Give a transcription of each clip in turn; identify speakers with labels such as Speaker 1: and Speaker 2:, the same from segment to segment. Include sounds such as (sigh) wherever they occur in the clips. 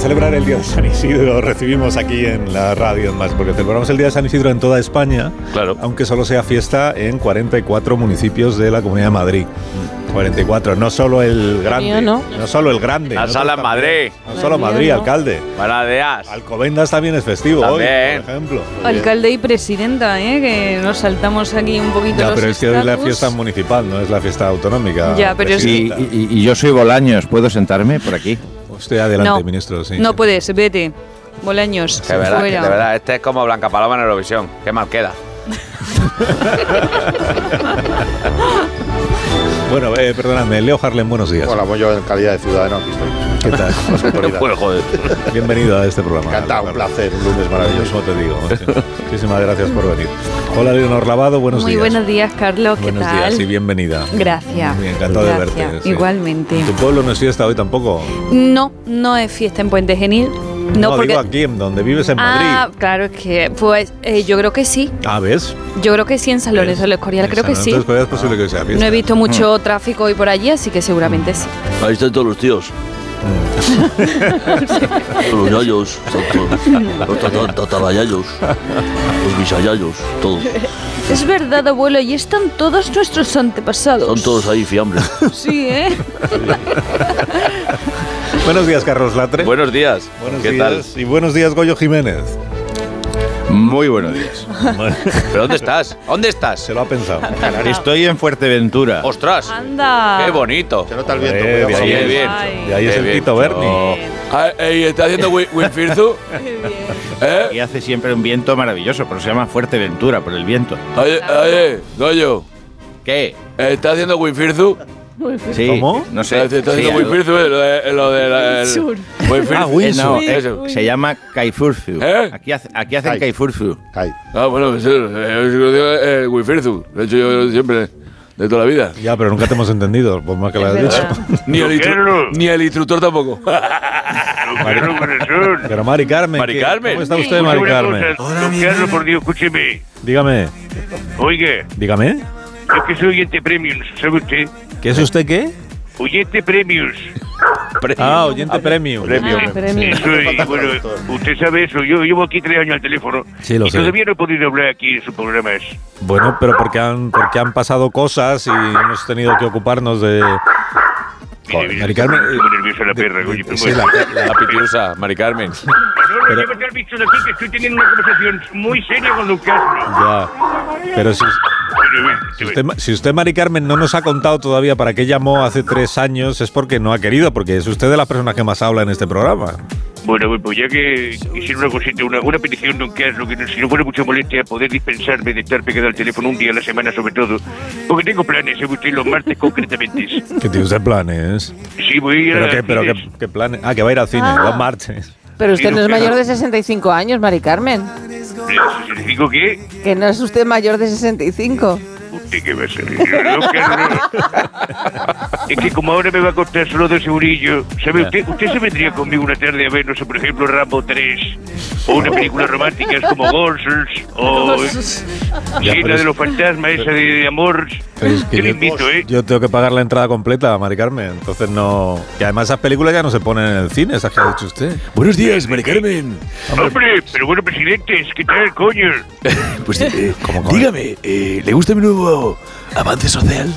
Speaker 1: celebrar el Día de San Isidro recibimos aquí en la radio en más, porque celebramos el Día de San Isidro en toda España,
Speaker 2: claro.
Speaker 1: aunque solo sea fiesta en 44 municipios de la Comunidad de Madrid.
Speaker 2: Mm.
Speaker 1: 44, no solo el grande,
Speaker 3: mío no.
Speaker 1: no solo el grande.
Speaker 2: La
Speaker 1: no
Speaker 2: sala
Speaker 1: solo-
Speaker 2: Madrid.
Speaker 1: No solo
Speaker 3: El mío
Speaker 1: Madrid,
Speaker 3: no.
Speaker 1: alcalde.
Speaker 2: Buenos días.
Speaker 1: Alcobendas también es festivo hoy,
Speaker 2: También.
Speaker 1: por ejemplo.
Speaker 3: Alcalde y presidenta, ¿eh? que nos saltamos aquí un poquito
Speaker 1: Ya,
Speaker 3: los
Speaker 1: pero es que hoy es la
Speaker 3: estatus.
Speaker 1: fiesta municipal, no es la fiesta autonómica.
Speaker 3: Ya, pero es-
Speaker 4: Y,
Speaker 1: presidenta.
Speaker 4: y- y yo soy Bolaños, ¿puedo sentarme por aquí?
Speaker 1: Usted adelante,
Speaker 3: No.
Speaker 1: ministro. sí.
Speaker 3: No puedes, vete. Bolaños,
Speaker 2: Que de verdad, que
Speaker 3: fuera.
Speaker 2: de verdad, este es como Blanca Paloma en Eurovisión. Qué mal queda.
Speaker 1: Bueno, eh, perdonadme, Leo Harlem, buenos días.
Speaker 5: Hola, voy yo en calidad de ciudadano, aquí estoy.
Speaker 1: ¿Qué tal?
Speaker 5: (laughs) Con su autoridad.
Speaker 2: Pues, joder.
Speaker 1: Bienvenido a este programa.
Speaker 5: Encantado, un
Speaker 1: Carlos.
Speaker 5: placer, un lunes maravilloso.
Speaker 1: Maravilloso, te digo.
Speaker 5: (laughs)
Speaker 1: Muchísimas gracias por venir. Hola, Leonor Lavado, buenos
Speaker 3: Muy
Speaker 1: días.
Speaker 3: buenos días, Carlos, ¿qué
Speaker 1: Buenos
Speaker 3: tal?
Speaker 1: días y bienvenida.
Speaker 3: Gracias.
Speaker 1: Muy encantado
Speaker 3: Gracias.
Speaker 1: de verte. sí.
Speaker 3: Igualmente.
Speaker 1: ¿Tu pueblo no es fiesta hoy tampoco?
Speaker 3: No, no es fiesta en Puente Genil. No, porque.
Speaker 1: digo aquí, en donde vives en
Speaker 3: ah,
Speaker 1: Madrid.
Speaker 3: claro, es que. Pues eh, yo creo que sí.
Speaker 1: Ah, ¿ves?
Speaker 3: Yo creo que sí en San Lorenzo del Escorial,
Speaker 1: En
Speaker 3: creo
Speaker 1: San
Speaker 3: que sí.
Speaker 1: Lorenzo del Escorial es posible que sea fiesta. Mm.
Speaker 3: No he visto mucho tráfico hoy por allí, así que seguramente
Speaker 1: (laughs)
Speaker 3: sí. (laughs)
Speaker 6: Ahí están todos los tíos. los yayos,
Speaker 3: (laughs)
Speaker 6: tanto- los tata- tataralayos, los bisayayos, todos.
Speaker 3: (laughs) Es verdad, abuelo, y están todos nuestros antepasados.
Speaker 6: Están todos ahí fiambres.
Speaker 3: Sí, ¿eh?
Speaker 1: (laughs) Buenos días, Carlos Latre.
Speaker 2: Buenos días.
Speaker 1: Buenos
Speaker 2: ¿Qué
Speaker 1: días. Y buenos días, Goyo Jiménez.
Speaker 4: Muy buenos días.
Speaker 1: Bueno,
Speaker 2: tal? (laughs) ¿Pero dónde estás? ¿Dónde estás?
Speaker 1: Se lo ha
Speaker 2: (laughs)
Speaker 1: pensado.
Speaker 4: Estoy en Fuerteventura.
Speaker 2: ¡Ostras!
Speaker 3: Anda.
Speaker 2: ¡Qué bonito!
Speaker 5: Se nota el viento.
Speaker 1: Eh,
Speaker 5: cuidado.
Speaker 1: de ahí,
Speaker 2: Qué
Speaker 1: es-
Speaker 2: bien.
Speaker 3: Ay.
Speaker 1: de ahí es
Speaker 2: Qué
Speaker 1: el
Speaker 2: bien.
Speaker 1: Tito Berni.
Speaker 2: Oh. ¿Está haciendo Winfirzu?
Speaker 4: Y hace siempre un viento maravilloso, pero se llama Fuerteventura por el viento.
Speaker 7: Oye, oye, Goyo, Eh,
Speaker 4: ¿Qué?
Speaker 7: ¿estás haciendo Winfirzu?
Speaker 4: Sí,
Speaker 1: ¿Cómo?
Speaker 4: No sé.
Speaker 7: ¿Estás haciendo
Speaker 4: Sí,
Speaker 7: Winfirzu? eh, Lo de, lo de la, el- Winfirzu.
Speaker 1: Ah,
Speaker 4: eh, no,
Speaker 1: Windsor.
Speaker 4: eh,
Speaker 7: Eso.
Speaker 4: se llama Caifurzu.
Speaker 7: ¿Eh?
Speaker 4: Aquí, hace- aquí hacen
Speaker 5: Ay.
Speaker 4: Caifurzu.
Speaker 5: Ay,
Speaker 7: Ah, bueno, pues, eh, eh, yo digo, eh, Winfirzu. Lo he hecho yo siempre, de toda la vida.
Speaker 1: Ya, pero nunca te hemos entendido, por más que lo
Speaker 3: Es
Speaker 1: hayas
Speaker 3: verdad.
Speaker 1: dicho.
Speaker 7: Ni el, instru- ni el instructor tampoco.
Speaker 8: Carlos Corazón.
Speaker 1: Pero Mari Carmen.
Speaker 7: Mari
Speaker 1: ¿qué-
Speaker 7: Carmen.
Speaker 1: ¿Cómo está usted, Mari
Speaker 8: Una
Speaker 1: Carmen?
Speaker 8: cosa, don Carlos, por Dios, escúcheme.
Speaker 1: Dígame,
Speaker 8: Oiga,
Speaker 1: dígame.
Speaker 8: yo que soy oyente premiums, ¿sabe usted?
Speaker 1: ¿Qué es usted qué?
Speaker 8: Oyente premiums.
Speaker 1: Ah, oyente premium.
Speaker 3: Ah, premio.
Speaker 8: Eso es, bueno, usted sabe eso. Yo llevo aquí tres años al teléfono.
Speaker 1: Sí, lo
Speaker 8: y
Speaker 1: sé.
Speaker 8: todavía no he podido hablar aquí en sus programas.
Speaker 1: Bueno, pero porque han, porque han pasado cosas y hemos tenido que ocuparnos de... Joder,
Speaker 8: mire,
Speaker 1: Mari Carmen,
Speaker 8: estoy muy nerviosa la
Speaker 1: de-
Speaker 8: perra,
Speaker 1: de-
Speaker 8: coño, pero
Speaker 1: sí,
Speaker 8: bueno.
Speaker 1: la-
Speaker 7: La
Speaker 4: (laughs)
Speaker 7: pitiusa, pues. Ah, Mari Carmen.
Speaker 8: Manolo,
Speaker 1: pero-
Speaker 8: llévate al bicho de aquí que estoy teniendo una conversación muy seria con don Carlos.
Speaker 1: Ya. Pero si,
Speaker 8: Bueno, bueno,
Speaker 1: si usted, si usted, Mari Carmen, no nos ha contado todavía para qué llamó hace tres años, es porque no ha querido, porque es usted de las personas que más habla en este programa.
Speaker 8: Bueno, bueno, pues ya que hiciera una cosita, una, una petición, don Carlos, que no- si no fuera mucha molestia poder dispensarme de estar pegado al teléfono un día a la semana sobre todo, porque tengo planes, ¿sabe usted? Los martes concretamente.
Speaker 1: Que tiene usted planes.
Speaker 8: Sí, voy a...
Speaker 1: ¿eh? Pero
Speaker 8: las
Speaker 1: qué, pero
Speaker 8: fiestas.
Speaker 1: qué, qué planes. Ah, que va a ir al cine,
Speaker 3: Ah.
Speaker 1: los martes.
Speaker 9: Pero usted no es
Speaker 8: Sí,
Speaker 9: mayor
Speaker 8: claro.
Speaker 9: de 65 años, Mari Carmen.
Speaker 8: Eh, si digo que...
Speaker 9: Que no es usted mayor de 65.
Speaker 8: ¿Usted qué va a ser? Yo, don Carlos. es que como ahora me va a costar solo dos eurillos, ¿sabe usted? ¿Usted se vendría conmigo una tarde a ver, no sé, por ejemplo, Rambo 3? O una película romántica como Gorsels,
Speaker 1: (laughs)
Speaker 8: o... eh,
Speaker 1: Ya,
Speaker 8: Sí,
Speaker 1: pero
Speaker 8: la
Speaker 1: es-
Speaker 8: de los fantasmas, esa de, de amor.
Speaker 1: Pero es que
Speaker 8: yo le
Speaker 1: yo,
Speaker 8: invito, ¿eh?
Speaker 1: yo tengo que pagar la entrada completa, Mari Carmen. Entonces no. Y además esas películas ya no se ponen en el cine, esas que ha dicho usted.
Speaker 7: Buenos días, Mari Carmen.
Speaker 8: Hombre, pero bueno, presidentes, ¿qué tal, coño?
Speaker 7: (laughs) Pues
Speaker 1: ¿Cómo, cómo?
Speaker 7: dígame, ¿le gusta mi nuevo avance social?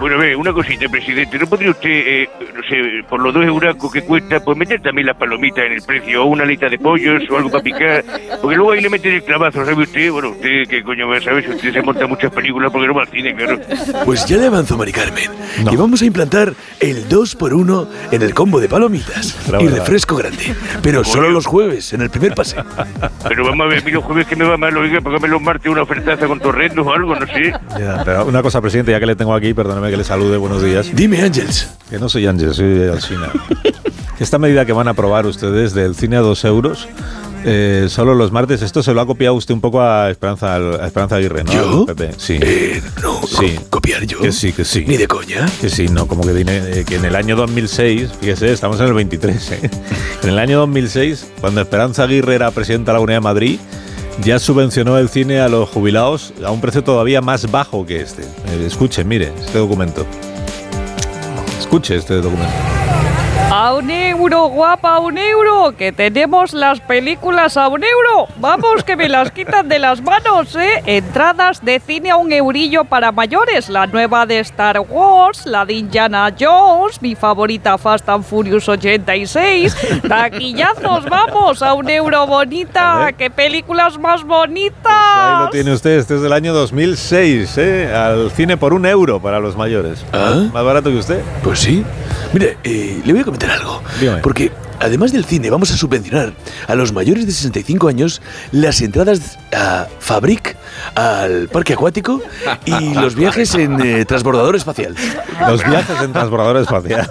Speaker 8: Bueno, a ver, una cosita, presidente. ¿No podría usted, eh, no sé, por los dos euracos que cuesta, pues meter también las palomitas en el precio, o una alita de pollos, o algo para picar? Porque luego ahí le meten el clavazo, ¿sabe usted? Bueno, usted, ¿qué coño va a saber si usted se monta muchas películas porque no va al cine, claro?
Speaker 7: Pues ya le avanzó Mari Carmen
Speaker 1: No.
Speaker 7: que vamos a implantar el 2x1 en el combo de palomitas
Speaker 1: La
Speaker 7: y
Speaker 1: verdad.
Speaker 7: refresco grande, pero solo los jueves en el primer
Speaker 1: (laughs)
Speaker 7: pase.
Speaker 8: Pero vamos a ver, a mí los jueves que me va mal, oiga, pagame los martes una ofertaza con torrendos o algo, no sé.
Speaker 1: Ya, pero una cosa, presidente, ya que le tengo aquí, perdóneme déjame que le salude, buenos días.
Speaker 7: Dime, Ángels.
Speaker 1: Que no soy Ángel, soy Alcina. Esta medida que van a aprobar ustedes del cine a dos euros, eh, solo los martes, esto se lo ha copiado usted un poco a Esperanza, a Esperanza Aguirre, ¿no?
Speaker 7: ¿Yo?
Speaker 1: Pepe. Sí.
Speaker 7: Eh, no,
Speaker 1: Sí.
Speaker 7: co- copiar yo.
Speaker 1: Que sí, que sí.
Speaker 7: Ni de coña.
Speaker 1: Que sí, no, como que, tiene- eh, que en el año 2006, fíjese, estamos en el
Speaker 7: (laughs)
Speaker 1: 23, ¿eh? En el año 2006, cuando Esperanza Aguirre era presidenta de la Comunidad de Madrid, ya subvencionó el cine a los jubilados a un precio todavía más bajo que este. Eh, Escuchen, mire, este documento. Escuche este documento.
Speaker 10: (laughs) A un euro, guapa, a un euro, que tenemos las películas a un euro. Vamos, que me las quitan de las manos, ¿eh? Entradas de cine a un eurillo para mayores. La nueva de Star Wars, la de Indiana Jones, mi favorita Fast and Furious
Speaker 1: (laughs)
Speaker 10: 86. Taquillazos, vamos, a un euro bonita. ¡Qué películas más
Speaker 1: Ahí lo
Speaker 10: bonitas!
Speaker 1: tiene usted, este es del año 2006, ¿eh? Al cine por un euro para los mayores.
Speaker 7: Ah.
Speaker 1: Más barato que usted.
Speaker 7: Pues sí. Mire, eh, le voy a comentar algo.
Speaker 1: Dígame.
Speaker 7: Porque además del cine, vamos a subvencionar a los mayores de 65 años las entradas a Fabric, al parque acuático
Speaker 1: (laughs)
Speaker 7: y los viajes en eh, transbordador espacial.
Speaker 1: Los viajes en
Speaker 7: (laughs)
Speaker 1: transbordador espacial.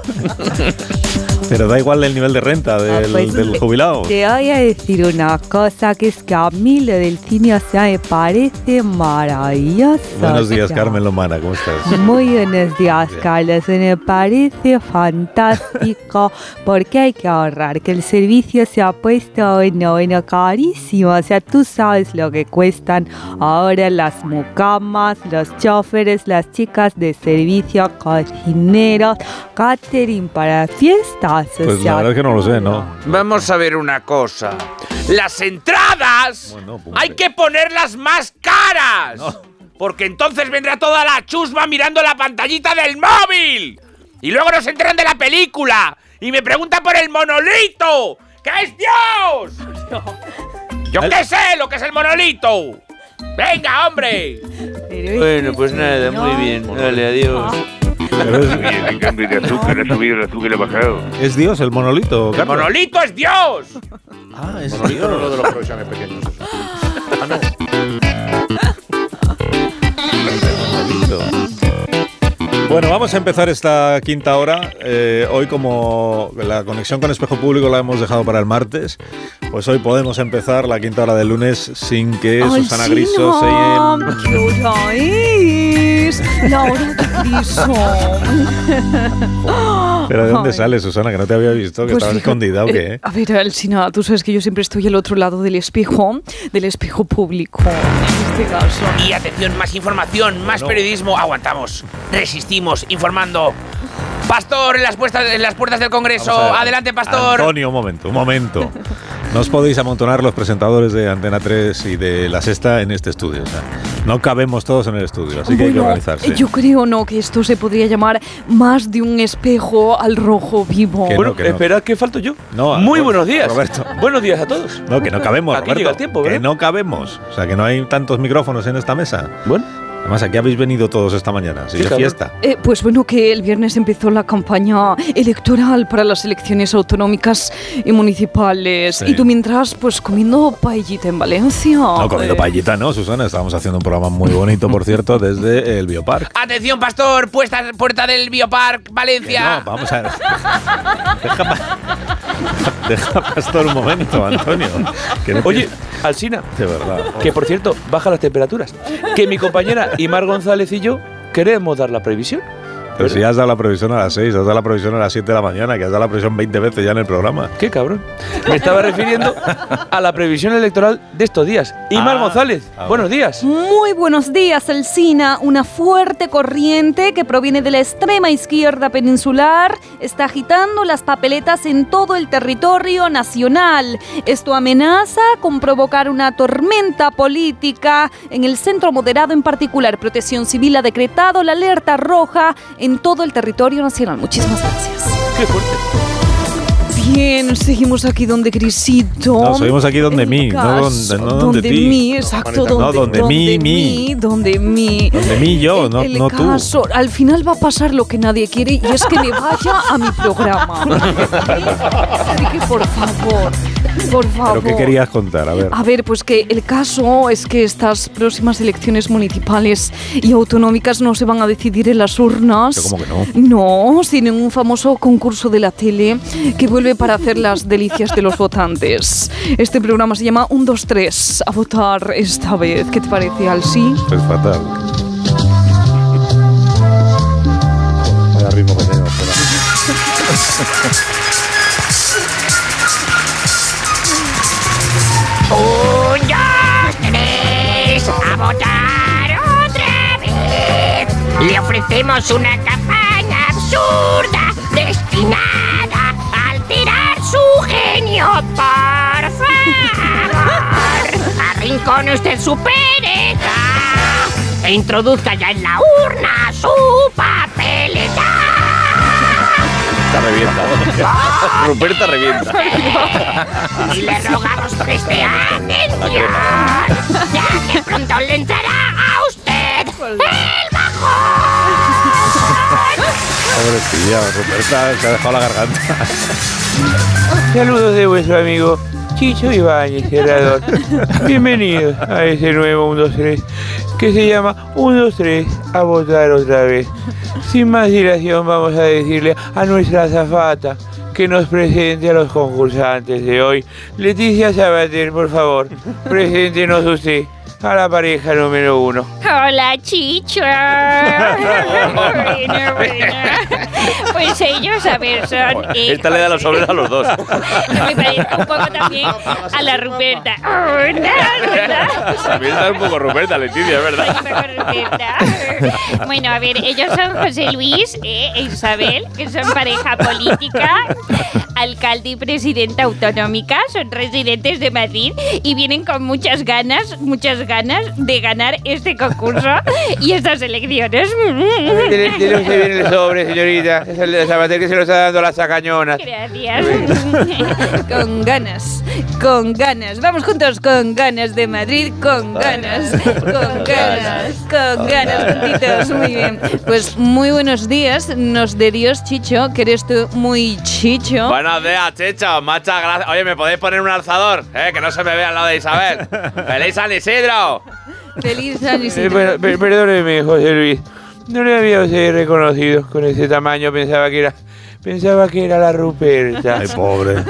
Speaker 1: Pero da igual el nivel de renta del,
Speaker 11: Ah, pues,
Speaker 1: del jubilado.
Speaker 11: Te voy a decir una cosa, que es que a mí lo del cine, o sea, me parece maravilloso.
Speaker 1: Buenos
Speaker 11: o
Speaker 1: días,
Speaker 11: sea.
Speaker 1: Carmen Lomana, ¿cómo estás?
Speaker 11: Muy buenos días,
Speaker 1: Bien.
Speaker 11: Carlos. Me parece
Speaker 1: (laughs)
Speaker 11: fantástico porque hay que ahorrar, que el servicio se ha puesto, bueno, bueno, carísimo. O sea, tú sabes lo que cuestan ahora las mucamas, los choferes, las chicas de servicio, cocineros, catering para fiestas. O
Speaker 1: Pues
Speaker 11: sea,
Speaker 1: la verdad es que no lo sé, ¿no?
Speaker 2: Vamos a ver una cosa. Las entradas
Speaker 1: Bueno, pues,
Speaker 2: hay que ponerlas más caras. Porque entonces vendrá toda la chusma mirando la pantallita del móvil. Y luego nos enteran de la película. Y me preguntan por el monolito. ¿Qué es Dios? Yo qué sé lo que es el monolito. Venga, hombre.
Speaker 11: pero es que
Speaker 7: pues
Speaker 11: sí, ¿no?
Speaker 2: Dale, adiós.
Speaker 1: Pero es,
Speaker 8: Oye, el cambio de azúcar, ha subido el azúcar y le ha bajado.
Speaker 1: es Dios el monolito,
Speaker 2: El
Speaker 1: Carmen.
Speaker 2: monolito es Dios.
Speaker 1: Ah, es
Speaker 5: Monolito no es lo
Speaker 1: (laughs)
Speaker 5: de los provisiones pequeños. eso.
Speaker 1: monolito. Bueno, vamos a empezar esta quinta hora. Eh, hoy, como la conexión con Espejo Público la hemos dejado para el martes, pues hoy podemos empezar la quinta hora del lunes sin
Speaker 11: Ay,
Speaker 1: que Pues eh, Susana
Speaker 11: sí,
Speaker 1: Griso
Speaker 11: no,
Speaker 1: se...
Speaker 10: (laughs)
Speaker 11: ¡Qué hora es! ¡La hora de Griso!
Speaker 1: (laughs) ¿Pero de dónde
Speaker 10: Ay.
Speaker 1: sale, Susana? Que no te había visto, que
Speaker 10: Pues
Speaker 1: estabas
Speaker 10: fíjate,
Speaker 1: escondida o
Speaker 10: eh, (laughs)
Speaker 1: qué.
Speaker 10: a ver, Alcina, tú sabes que yo siempre estoy al otro lado del espejo, del espejo público, en este caso.
Speaker 2: Y atención, más información, más periodismo. Aguantamos, resistimos, informando. Pastor, en las puertas, en las puertas del Congreso.
Speaker 1: Vamos a ver.
Speaker 2: Adelante, Pastor.
Speaker 1: Antonio, un momento, un momento. No os podéis amontonar los presentadores de Antena 3 y de La Sexta en este estudio. o sea, no cabemos todos en el estudio, así que hay que
Speaker 10: Bueno,
Speaker 1: organizarse.
Speaker 10: Yo creo no que esto se podría llamar más de un espejo al rojo vivo.
Speaker 1: Que no,
Speaker 7: Bueno,
Speaker 1: que no.
Speaker 12: eh,
Speaker 7: espera, que falto yo.
Speaker 1: No, a-
Speaker 7: Muy buenos días.
Speaker 1: Roberto.
Speaker 7: Buenos días a todos.
Speaker 1: No, que no cabemos,
Speaker 7: Aquí
Speaker 1: Roberto,
Speaker 7: llega el tiempo, ¿eh?
Speaker 1: que
Speaker 7: ¿verdad?
Speaker 1: no cabemos. O sea, que no hay tantos micrófonos en esta mesa.
Speaker 7: Bueno,
Speaker 1: Además, aquí habéis venido todos esta mañana, si
Speaker 7: Sí,
Speaker 1: de
Speaker 7: claro.
Speaker 1: fiesta.
Speaker 10: Eh, pues bueno, que el viernes empezó la campaña electoral para las elecciones autonómicas y municipales.
Speaker 1: Sí.
Speaker 10: Y tú mientras, pues comiendo paellita en Valencia.
Speaker 1: No, comido
Speaker 10: Eh,
Speaker 1: paellita, ¿no, Susana? Estábamos haciendo un programa muy bonito, por cierto, desde el Biopark.
Speaker 2: Atención, Pastor, puesta, puerta del Biopark,
Speaker 1: Que
Speaker 2: Valencia.
Speaker 7: Ah.
Speaker 1: No, vamos a ver.
Speaker 2: (laughs)
Speaker 1: Deja, pa- deja pastor un momento, Antonio. Que no
Speaker 7: oye,
Speaker 1: tiene-
Speaker 7: Alsina,
Speaker 1: de verdad.
Speaker 7: que por cierto, baja las temperaturas. Que mi compañera Imar González y yo queremos dar la previsión.
Speaker 1: Pero si has dado la previsión a las 6, has dado la previsión a las 7 de la mañana, que has dado la previsión 20 veces ya en el programa.
Speaker 7: Qué cabrón. Me estaba refiriendo a la previsión electoral de estos días. Imar
Speaker 1: Ah,
Speaker 7: González,
Speaker 1: ah,
Speaker 7: buenos días.
Speaker 11: Muy buenos días, Alcina. Una fuerte corriente que proviene de la extrema izquierda peninsular está agitando las papeletas en todo el territorio nacional. Esto amenaza con provocar una tormenta política en el centro moderado en particular. Protección Civil ha decretado la alerta roja en todo el territorio nacional. Muchísimas gracias.
Speaker 7: Qué fuerte.
Speaker 10: Bien, seguimos aquí donde Grisito.
Speaker 1: No, seguimos aquí donde
Speaker 10: El
Speaker 11: Oh,
Speaker 1: mí, no
Speaker 10: caso,
Speaker 1: donde- no donde ti.
Speaker 10: mí, exacto,
Speaker 1: Juanita, no,
Speaker 10: donde,
Speaker 1: donde mí, mí.
Speaker 10: donde mí.
Speaker 1: Donde mí yo, no,
Speaker 10: El- el
Speaker 1: no tú.
Speaker 10: caso, al final va a pasar lo que nadie quiere
Speaker 1: (laughs)
Speaker 10: y es que me vaya a mi programa. Así que por favor,
Speaker 11: Por favor.
Speaker 1: ¿Pero qué querías contar? A ver.
Speaker 11: A ver, pues que el caso es que estas próximas elecciones municipales y autonómicas no se van a decidir en las urnas.
Speaker 1: ¿Cómo que no?
Speaker 11: No, sino en un famoso concurso de la tele que vuelve para hacer las delicias de los votantes. Este programa se llama 1, 2, 3. A votar esta vez. ¿Qué te parece, Alsi?
Speaker 1: Es fatal. Vaya ritmo que tengo,
Speaker 5: (laughs)
Speaker 13: Un, dos, tres, a votar otra vez. Le ofrecemos una campaña absurda destinada a alterar su genio, por favor. Arrincone usted su pereza e introduzca ya en la urna su papeleta.
Speaker 4: Te revienta. Ruperta revienta.
Speaker 13: Y le rogamos preste atención, ya que pronto le entrará a usted el bajón.
Speaker 1: Pobrecilla, Ruperta se ha dejado
Speaker 14: (laughs)
Speaker 1: la garganta.
Speaker 12: Saludos de vuestro amigo Chicho Ibáñez Herrador. Bienvenidos a este nuevo 123 que se llama 123 a votar otra vez. Sin más dilación vamos a decirle a nuestra azafata que nos presente a los concursantes de hoy. Leticia Sabater, por favor, preséntenos usted a la pareja número uno.
Speaker 15: (laughs) Hola, chicha. Bueno, bueno. Pues ellos, a ver, son. eh,
Speaker 4: Esta le da los sobres a
Speaker 15: (laughs)
Speaker 4: los dos.
Speaker 15: me parece un poco
Speaker 4: (laughs)
Speaker 15: también a la Ruperta. Oh, no, no,
Speaker 4: También está un poco Ruperta, Leticia, es verdad.
Speaker 15: no, Ruperta.
Speaker 4: (laughs)
Speaker 15: Bueno, a ver, ellos son José Luis eh, e Isabel, que son pareja política, alcalde y presidenta autonómica, son residentes de Madrid y vienen con muchas ganas, muchas ganas de ganar este concurso y estas elecciones.
Speaker 12: Tiene tiene usted bien el sobre, señorita. Es el de Sabater que se lo está dando las sacañonas.
Speaker 15: Gracias.
Speaker 11: (laughs) Con ganas, con ganas. Vamos juntos con ganas de Madrid, con ganas, con ganas, con ganas juntitos. Muy bien. Pues muy buenos días, nos de Dios, Chicho, que eres tú muy chicho.
Speaker 16: Buenos días, chicho. Muchas gracias. Oye, ¿me podéis poner un alzador? Eh, que no se me vea al lado de Isabel. ¡Feliz San Isidro!
Speaker 11: Feliz San
Speaker 12: Eh,
Speaker 11: Isidro.
Speaker 12: bueno, per- perdóneme, José Luis. No le había usted reconocido con ese tamaño. Pensaba que era, pensaba que era la Ruperta.
Speaker 1: Ay, pobre.
Speaker 15: (laughs)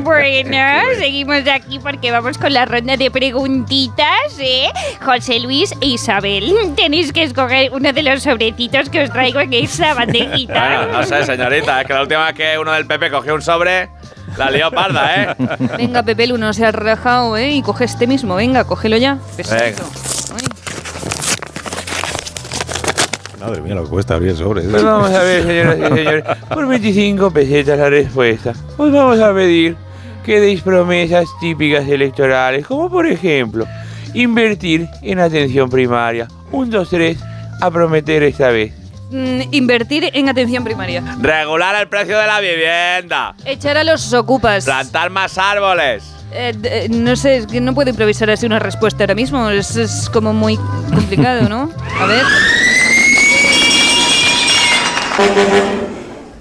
Speaker 16: (laughs)
Speaker 15: Bueno, seguimos aquí porque vamos con la ronda de preguntitas, ¿eh? José Luis e Isabel, tenéis que escoger uno de los sobrecitos que os traigo en esa
Speaker 16: Bueno,
Speaker 15: bandejita.
Speaker 16: Ah, no sé, señorita. Es que la última vez que uno del PP cogió un sobre, la lió parda, ¿eh?
Speaker 11: Venga, Pepelu, no seas rajado, ¿eh? Y coge este mismo, venga, cógelo ya. Pues,
Speaker 16: Venga.
Speaker 1: Madre mía, lo que cuesta abrir el sobre. ¿eh?
Speaker 12: Pues vamos a ver, señoras y señores. Por 25 pesetas la respuesta. Os vamos a pedir que deis promesas típicas electorales, como por ejemplo, invertir en atención primaria. Un, dos, tres, a prometer esta vez.
Speaker 11: Mm, invertir en atención primaria.
Speaker 16: Regular el precio de la vivienda.
Speaker 11: Echar a los ocupas.
Speaker 16: Plantar más árboles.
Speaker 11: Eh, d- eh, no sé, es que no puedo improvisar así una respuesta ahora mismo. Es, es como muy complicado, ¿no? A ver.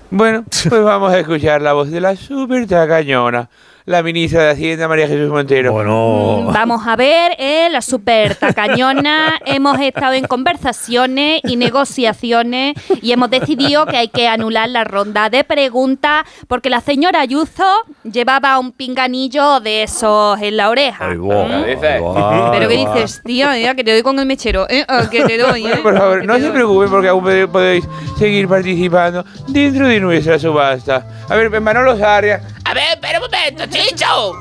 Speaker 12: Bueno, pues vamos a escuchar la voz de la super tacañona, la ministra de Hacienda María Jesús Montero.
Speaker 1: Bueno.
Speaker 11: Vamos a ver, eh, la super tacañona. hemos estado en conversaciones y negociaciones y hemos decidido que hay que anular la ronda de preguntas porque la señora Ayuso llevaba un pinganillo de esos en la oreja.
Speaker 16: ¿Qué dices?
Speaker 11: Pero ¿qué dices, tía? eh, que te doy con el mechero, ¿eh? Ah, que
Speaker 12: (laughs)
Speaker 11: te doy, eh.
Speaker 12: Por favor, no se preocupen porque aún pode- podéis seguir participando dentro de nuestra subasta. A ver, Manolo Sarria,
Speaker 13: A ver, espera un momento, Chicho.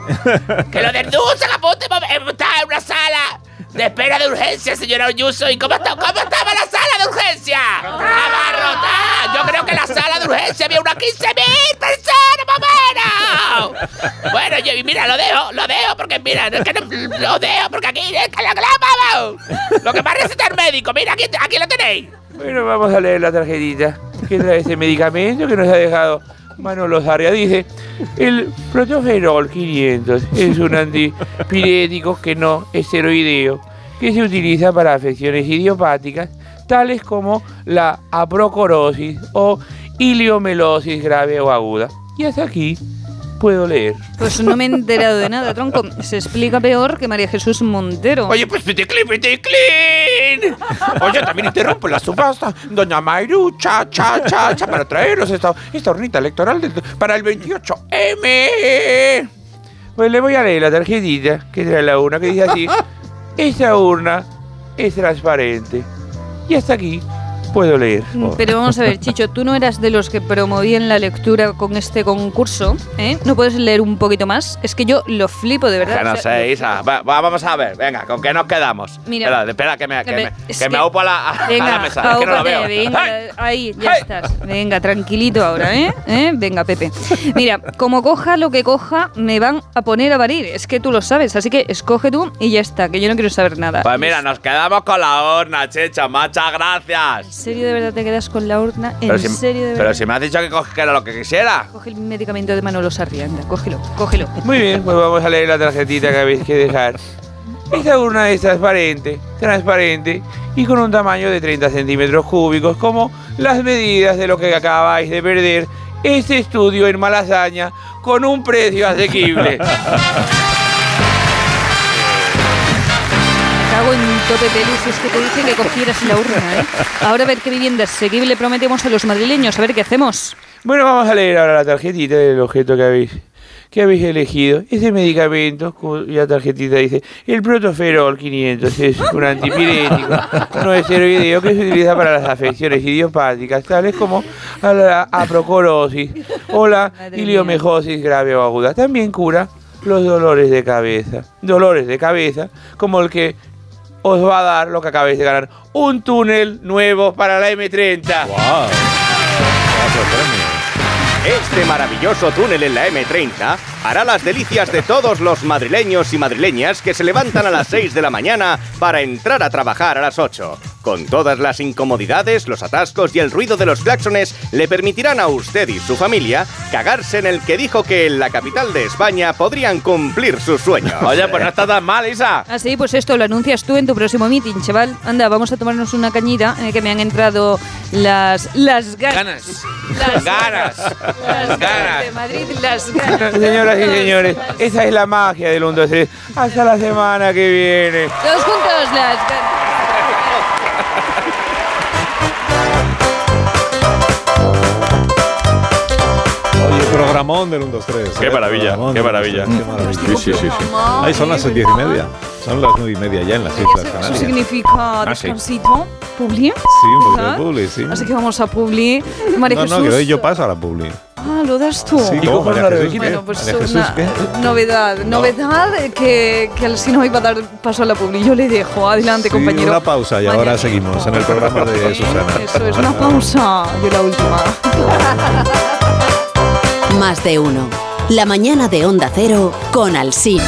Speaker 13: Que lo del dulce capote está en una sala de espera de urgencia, señora Ayuso. ¿Y cómo, está, cómo estaba la sala de urgencia? Abarrotada. Yo creo que en la sala de urgencia había unas 15.000 personas, más o menos. Bueno, yo, y mira, lo dejo, lo dejo, porque mira, es que no- lo dejo, porque aquí es que la clama, vamos. Lo que va a recetar el médico, mira, aquí, aquí lo tenéis.
Speaker 12: Bueno, vamos a leer la tarjetita que trae este medicamento que nos ha dejado Manolo Sarria. Dice, el protoferol 500 es un antipirético que no esteroideo que se utiliza para afecciones idiopáticas tales como la aprocorosis o iliomelosis grave o aguda. Y hasta aquí puedo leer.
Speaker 11: Pues no me he enterado de nada, tronco. Se explica peor que María Jesús Montero.
Speaker 12: Oye, pues piteclin, piteclin. Oye, también interrumpo la subasta. Doña Mayru, cha, cha, cha, cha, para traeros esta, esta hornita electoral del- para el 28M. Pues le voy a leer la tarjetita que trae la urna, que dice así. Esa urna es transparente. Y hasta aquí puedo leer.
Speaker 11: Pero vamos a ver, Chicho, tú no eras de los que promovían la lectura con este concurso, ¿eh? ¿No puedes leer un poquito más? Es que yo lo flipo, de verdad.
Speaker 16: Que no
Speaker 11: O sea,
Speaker 16: sé, Isa. Va- va- vamos a ver, venga, ¿con qué nos quedamos?
Speaker 11: Mira.
Speaker 16: espera, espera que me, que
Speaker 11: A ver,
Speaker 16: me,
Speaker 11: es
Speaker 16: que me
Speaker 11: que-
Speaker 16: aupo a la, a-
Speaker 11: (laughs)
Speaker 16: a
Speaker 11: Venga,
Speaker 16: la mesa. es que no lo veo.
Speaker 11: aúpate, venga,
Speaker 16: ¡Ay!
Speaker 11: ahí, ya estás. Venga, tranquilito ahora, ¿eh? ¿Eh? Venga, Pepe. Mira, como coja lo que coja, me van a poner a parir. Es que tú lo sabes, así que escoge tú y ya está, que yo no quiero saber nada.
Speaker 16: (laughs) Pues mira, nos quedamos con la urna, chicho. Muchas gracias.
Speaker 11: ¿En serio de verdad te quedas con la urna? ¿En
Speaker 16: Pero si,
Speaker 11: serio de
Speaker 16: pero
Speaker 11: verdad?
Speaker 16: si me has dicho que cogiera lo que quisiera.
Speaker 11: Coge el medicamento de Manolo Sarri, anda, cógelo, cógelo.
Speaker 12: Muy bien, pues vamos a leer la tarjetita que habéis que dejar. Esta urna es transparente, transparente y con un tamaño de 30 centímetros cúbicos, como las medidas de lo que acabáis de perder este estudio en Malasaña con un precio asequible.
Speaker 11: Me Cago en tope pelus, es que te dije que cogieras la urna, ¿eh? Ahora a ver qué vivienda asequible prometemos a los madrileños, a ver qué hacemos.
Speaker 12: Bueno, vamos a leer ahora la tarjetita del objeto que habéis, que habéis elegido. Ese medicamento, cuya tarjetita dice, el protoferol 500 es un antipirético, no esteroideo que se utiliza para las afecciones idiopáticas, tales como a la aprocorosis o la iliomejosis grave o aguda. También cura los dolores de cabeza. Dolores de cabeza como el que os va a dar lo que acabáis de ganar. Un túnel nuevo para la M30.
Speaker 17: Este maravilloso túnel en la M30 hará las delicias de todos los madrileños y madrileñas que se levantan a las 6 de la mañana para entrar a trabajar a las 8. Con todas las incomodidades, los atascos y el ruido de los claxones, le permitirán a usted y su familia cagarse en el que dijo que en la capital de España podrían cumplir sus sueños.
Speaker 16: Oye, pues no está tan mal, Isa.
Speaker 11: Así, pues esto lo anuncias tú en tu próximo meeting, chaval. Anda, vamos a tomarnos una cañita, eh, que me han entrado las, las ganas. Las
Speaker 16: ganas.
Speaker 11: Las ganas. De Madrid, las
Speaker 1: Ah,
Speaker 11: ganas.
Speaker 12: (laughs) Señoras y señores, esa es la magia del 1, 2, 3. Hasta la semana que viene.
Speaker 11: Todos juntos, las ganas.
Speaker 1: Oye, programón del 1, 2, 3.
Speaker 14: eh, Qué maravilla, qué maravilla. Sí, sí, sí, sí.
Speaker 1: Ahí son las 10 y media. Son las 9 y media ya en las Islas
Speaker 11: Eso
Speaker 1: Canarias.
Speaker 11: significa
Speaker 1: Ah, sí.
Speaker 11: descansito, publi.
Speaker 1: Sí, un poquito
Speaker 11: ¿Ah?
Speaker 1: de publi, sí.
Speaker 11: Así que vamos a publi. María
Speaker 1: No, no, que
Speaker 11: Jesús.
Speaker 1: hoy yo paso a la publi.
Speaker 11: Ah, lo das tú.
Speaker 1: Sí, ¿cómo, María Jesús? ¿Qué?
Speaker 11: Bueno, pues
Speaker 1: María Jesús,
Speaker 11: una
Speaker 1: ¿qué?
Speaker 11: novedad, novedad eh, que, que al no iba a dar paso a la publi. Yo le dejo, adelante
Speaker 1: Sí,
Speaker 11: compañero.
Speaker 1: una pausa y ahora seguimos en el programa de Susana.
Speaker 11: Eso es una pausa. Yo la última.
Speaker 18: (laughs) Más de uno. La mañana de Onda Cero con Alsina.